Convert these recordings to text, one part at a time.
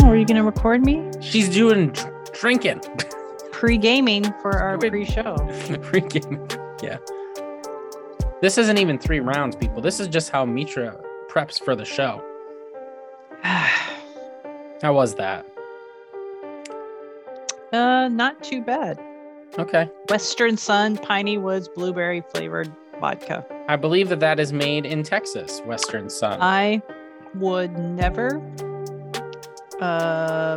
Oh, are you going to record me? She's doing tr- drinking. Pre gaming for our Wait. pre show. Freaking, yeah. This isn't even three rounds, people. This is just how Mitra preps for the show. How was that? uh, not too bad. Okay. Western Sun Piney Woods Blueberry Flavored Vodka. I believe that that is made in Texas, Western Sun. I would never. Uh,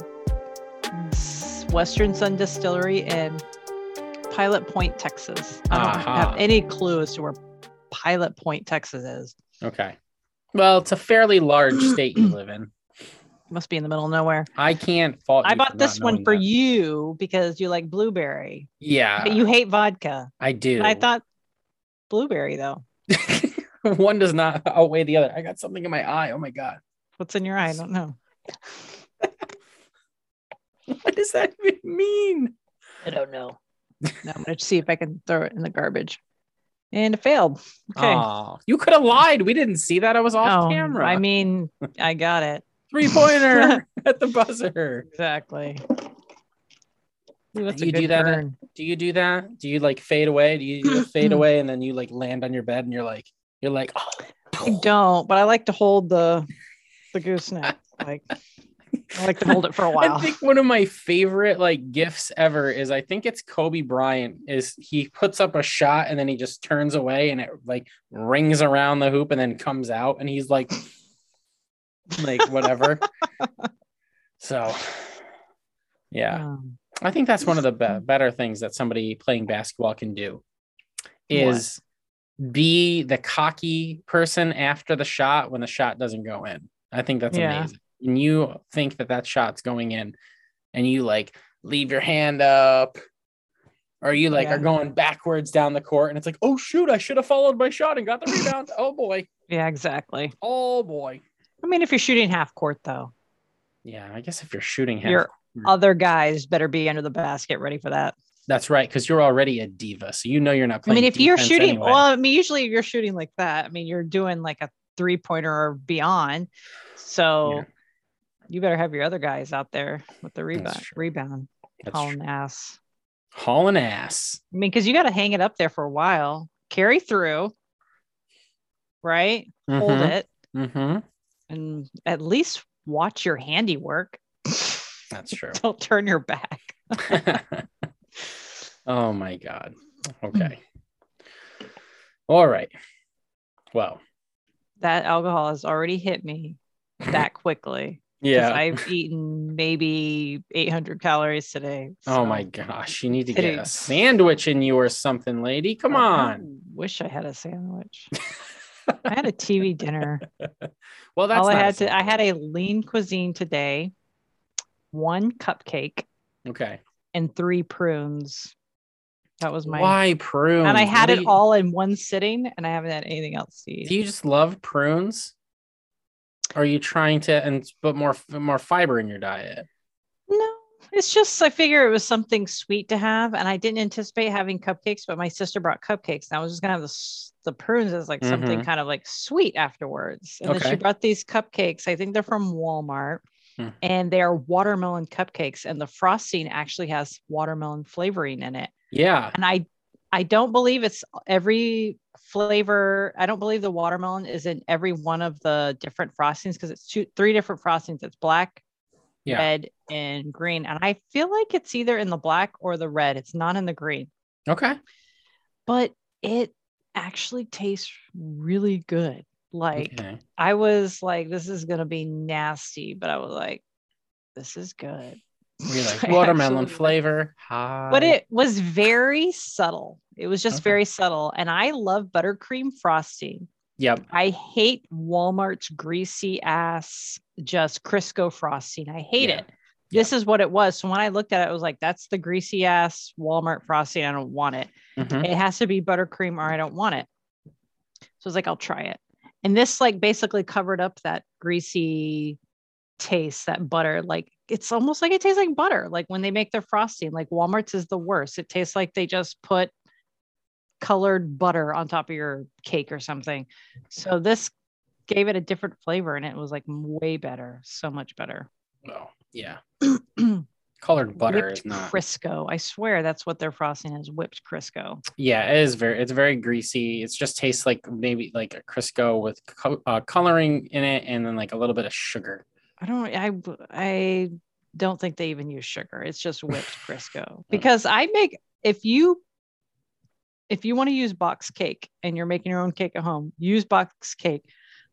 s- Western Sun Distillery in Pilot Point, Texas. I don't Aha. have any clue as to where Pilot Point, Texas is. okay. Well, it's a fairly large state you live in. must be in the middle of nowhere. I can't fault. I you for bought this not one knowing for that. you because you like blueberry, Yeah, but you hate vodka. I do. I thought blueberry though. one does not outweigh the other. I got something in my eye. Oh my god, What's in your eye? I don't know. what does that even mean? I don't know. now I'm gonna see if I can throw it in the garbage. And it failed. Okay. Aw, you could have lied. We didn't see that. I was off Oh, camera. I mean, I got it. three pointer at the buzzer. Exactly. Ooh, that's a You do good that at- burn. Do you do that? Do you like fade away? Do you do the fade away and then you like land on your bed and you're like you're like oh, I don't, but I like to hold the the gooseneck. Like I like to hold it for a while. I think one of my favorite like gifts ever is I think it's Kobe Bryant is he puts up a shot and then he just turns away and it like rings around the hoop and then comes out and he's like like whatever. so yeah, Um, I think that's one of the be- better things that somebody playing basketball can do is be the cocky person after the shot when the shot doesn't go in. I think that's Yeah. amazing. When you think that that shot's going in and you like leave your hand up or you like Yeah. are going backwards down the court and it's like, oh shoot, I should have followed my shot and got the rebound. oh boy. yeah, exactly. Oh boy. I mean, if you're shooting half court though, Yeah, I guess if you're shooting half, your court. other guys better be under the basket ready for that. that's right, because you're already a diva. So you know you're not I playing. mean, if you're defense shooting, anyway. well, I mean, usually if you're shooting like that, I mean, you're doing like a three pointer or beyond. So Yeah. you better have your other guys out there with the rebound, true. rebound, That's hauling true. ass. hauling ass. I mean, because you got to hang it up there for a while, carry through, right? Hold it Mm-hmm. and at least watch your handiwork. That's true. Don't turn your back. oh my god. Okay. All right. Well, That alcohol has already hit me that quickly. 'cause yeah. I've eaten maybe 800 calories today. oh so- my gosh, you need to Kidding. get a sandwich in you or something, lady. Come I on. wish I had a sandwich. I had a TV dinner. Well, that's All I not a had to I had sandwich. a lean cuisine today, one cupcake Okay. and three prunes. That was my Why prunes? and I had What do it you- all in one sitting and I haven't had anything else to eat. Do you just love prunes? Are you trying to and put more more fiber in your diet? no. It's just I figure it was something sweet to have, and I didn't anticipate having cupcakes, but my sister brought cupcakes, and I was just gonna have the s- the prunes as like something kind of like sweet afterwards. And then she Okay. brought these cupcakes. I think they're from Walmart, Mm. and they are watermelon cupcakes, and the frosting actually has watermelon flavoring in it. Yeah. And I I don't believe it's every flavor. I don't believe the watermelon is in every one of the different frostings because it's two, three different frostings. It's black, Yeah. red, and green. And I feel like it's either in the black or the red. It's not in the green, Okay. but it actually tastes really good. Like okay. I was like, this is gonna be nasty, but I was like, this is good. We like I watermelon actually- flavor. Hi. but it was very subtle. It was just Okay. very subtle. And I love buttercream frosting. Yep. I hate Walmart's greasy ass, just Crisco frosting. I hate Yeah. it. This is what it was. So when I looked at it, I was like, that's the greasy ass Walmart frosting. I don't want it. Mhm. It has to be buttercream or I don't want it. So I was like, I'll try it. And this like basically covered up that greasy taste, that butter. Like it's almost like it tastes like butter. Like when they make their frosting, like Walmart's is the worst. It tastes like they just put colored butter on top of your cake or something. So this gave it a different flavor and it was like way better, so much better. Well, yeah. Colored butter whipped is not. Crisco. I swear that's what their frosting is, whipped Crisco. Yeah, it is very. It's very greasy. It's just tastes like maybe like a Crisco with co- uh, coloring in it, and then like a little bit of sugar. I don't. I I don't think they even use sugar. It's just whipped Crisco. Because I make if you if you want to use box cake and you're making your own cake at home, use box cake.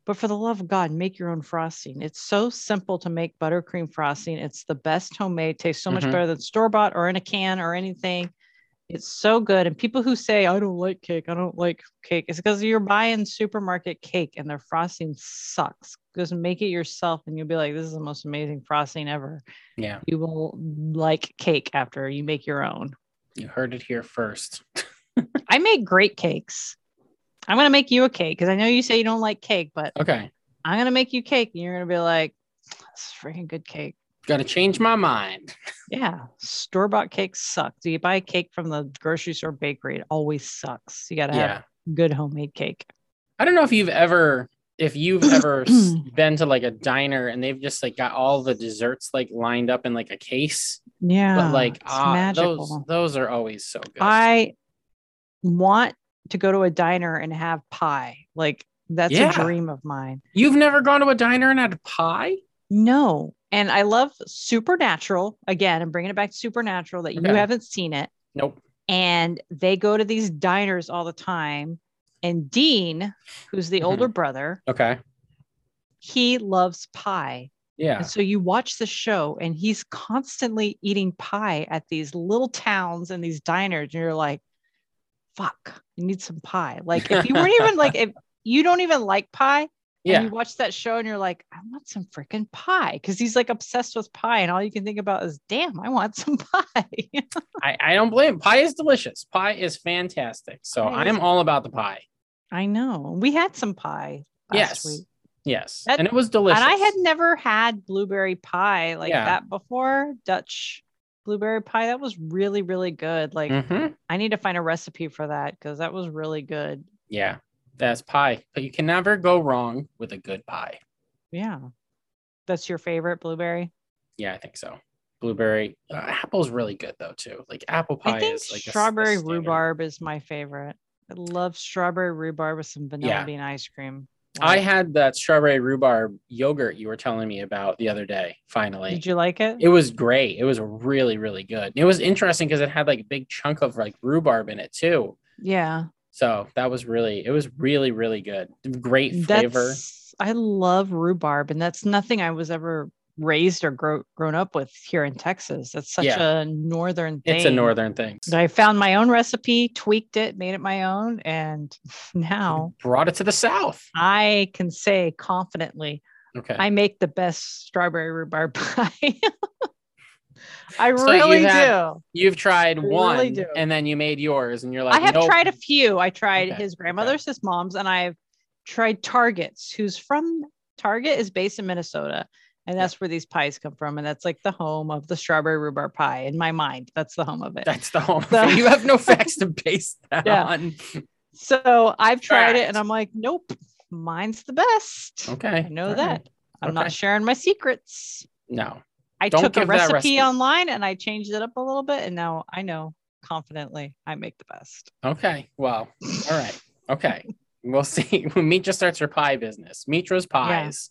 But for the love of God, make your own frosting. It's so simple to make buttercream frosting. It's the best homemade. Tastes so much Mhm. better than store bought or in a can or anything. It's so good. And people who say I don't like cake, I don't like cake, it's because you're buying supermarket cake and their frosting sucks. Just make it yourself, and you'll be like, "This is the most amazing frosting ever." Yeah, You will like cake after you make your own. you heard it here first. I make great cakes. I'm gonna make you a cake because I know you say you don't like cake, but Okay, I'm gonna make you cake, and you're gonna be like, "This is freaking good cake." gotta change my mind. Yeah, store bought cakes suck. Do you buy a cake from the grocery store bakery? It always sucks. You gotta have Yeah, good homemade cake. I don't know if you've ever if you've ever s- been to like a diner and they've just like got all the desserts like lined up in like a case, Yeah, but like it's ah, those magical. those are always so good. I want to go to a diner and have pie. Like that's Yeah. a dream of mine. You've never gone to a diner and had pie? No, and I love Supernatural again. I'm bringing it back to Supernatural that you Okay. haven't seen it. Nope. and they go to these diners all the time. And Dean, who's the Mhm. older brother, Okay. he loves pie. Yeah. And so you watch the show, and he's constantly eating pie at these little towns and these diners. And you're like, fuck, you need some pie. Like, if you weren't even like, if you don't even like pie, and Yeah. you watch that show and you're like, I want some freaking pie because he's like obsessed with pie. And all you can think about is, damn, I want some pie. I, I don't blame. Pie is delicious. Pie is fantastic. So Pie I is- am all about the pie. I know. We had some pie last Yes. week. Yes. That- and it was delicious. And I had never had blueberry pie like Yeah. that before. Dutch blueberry pie. That was really, really good. Like Mhm. I need to find a recipe for that because that was really good. Yeah. That's pie. But you can never go wrong with a good pie. Yeah. That's your favorite blueberry? Yeah, I think so. Blueberry. Uh, apple's really good though too. Like apple pie I think is like a s- a strawberry standard. rhubarb is my favorite. I love strawberry rhubarb with some vanilla Yeah. bean ice cream. I Like, had that strawberry rhubarb yogurt you were telling me about the other day. Finally, Did you like it? it was great. It was really, really good. It was interesting because it had like a big chunk of like rhubarb in it too. yeah. So that was really, it was really, really good. Great flavor. That's I love rhubarb, and that's nothing I was ever raised or grow, grown up with here in Texas. That's such Yeah. a northern thing. it's a northern thing. I found my own recipe, tweaked it, made it my own, and now Brought it to the south. I can say confidently Okay. I make the best strawberry rhubarb pie. I So really do. you've had- You've tried I really one do. and then you made yours and you're like, I have nope. tried a few. I tried Okay, his grandmother's, his mom's, and I've tried Target's, who's from Target is based in Minnesota. And Yeah. that's where these pies come from. And that's like the home of the strawberry rhubarb pie in my mind. That's the home of it. That's the home. So- you have no facts to base that Yeah. on. So I've tried it and Correct. I'm like, nope, mine's the best. Okay. I know all right. that. I'm not Okay. sharing my secrets. No. I Don't took a give that recipe recipe. online and I changed it up a little bit. And now I know confidently I make the best. Okay. Well, all right. Okay. We'll see. Mitra starts her pie business. Mitra's pies.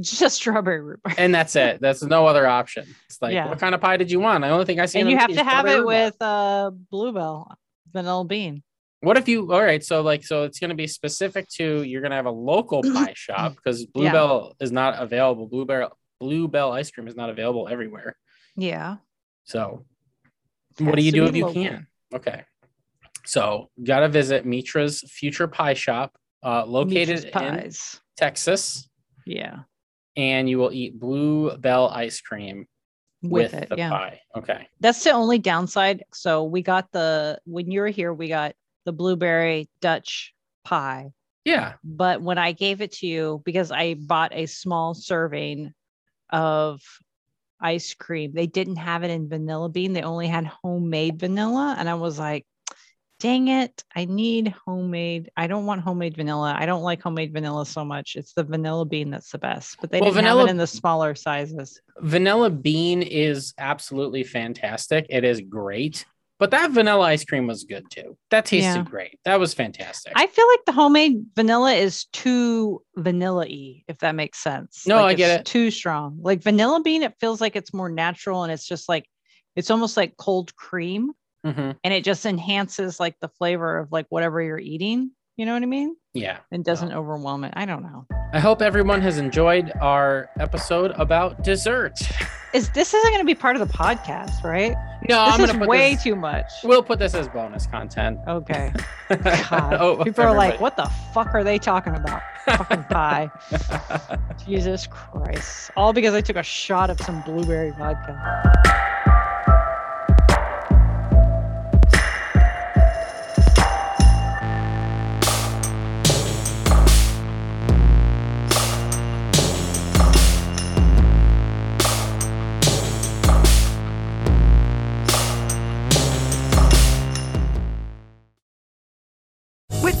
Just strawberry rhubarb. And that's it. That's no other option. It's like, Yeah. what kind of pie did you want? I only think I see. And you have to have it with uh, bluebell vanilla bean. What if you? All right. So like, so it's going to be specific to. You're going to have a local Mm-hmm. pie shop because Bluebell is not available. Bluebell Bluebell ice cream is not available everywhere. Yeah. So, It what do has you to do be if you local. can? Okay. So, got to visit Mitra's future pie shop, uh, Mitra's located in pies. Texas, Yeah. and you will eat Bluebell ice cream with, With, it. the Yeah. pie. Okay. That's the only downside. So we got the when you were here, we got the blueberry Dutch pie. Yeah. But when I gave it to you, because I bought a small serving of ice cream, they didn't have it in vanilla bean. They only had homemade vanilla. And I was like, dang it, I need homemade. I don't want homemade vanilla. I don't like homemade vanilla so much. It's the vanilla bean that's the best. But they Well, didn't vanilla- have it in the smaller sizes. Vanilla bean is absolutely fantastic. It is great. But that vanilla ice cream was good too. That tasted Yeah. great. That was fantastic. I feel like the homemade vanilla is too vanilla y, if that makes sense. No, Like, I get it's it. Too strong. Like vanilla bean, it feels like it's more natural and it's just like, it's almost like cold cream Mhm. and it just enhances like the flavor of like whatever you're eating. You know what I mean? Yeah. And doesn't overwhelm it. I don't know. I hope everyone has enjoyed our episode about dessert. Is this isn't going to be part of the podcast, right? No, I'm this is gonna put way this, too much. We'll put this as bonus content. Okay. God. Oh, People are like, everybody. what the fuck are they talking about? Fucking pie. Jesus Christ. All because I took a shot of some blueberry vodka. With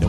No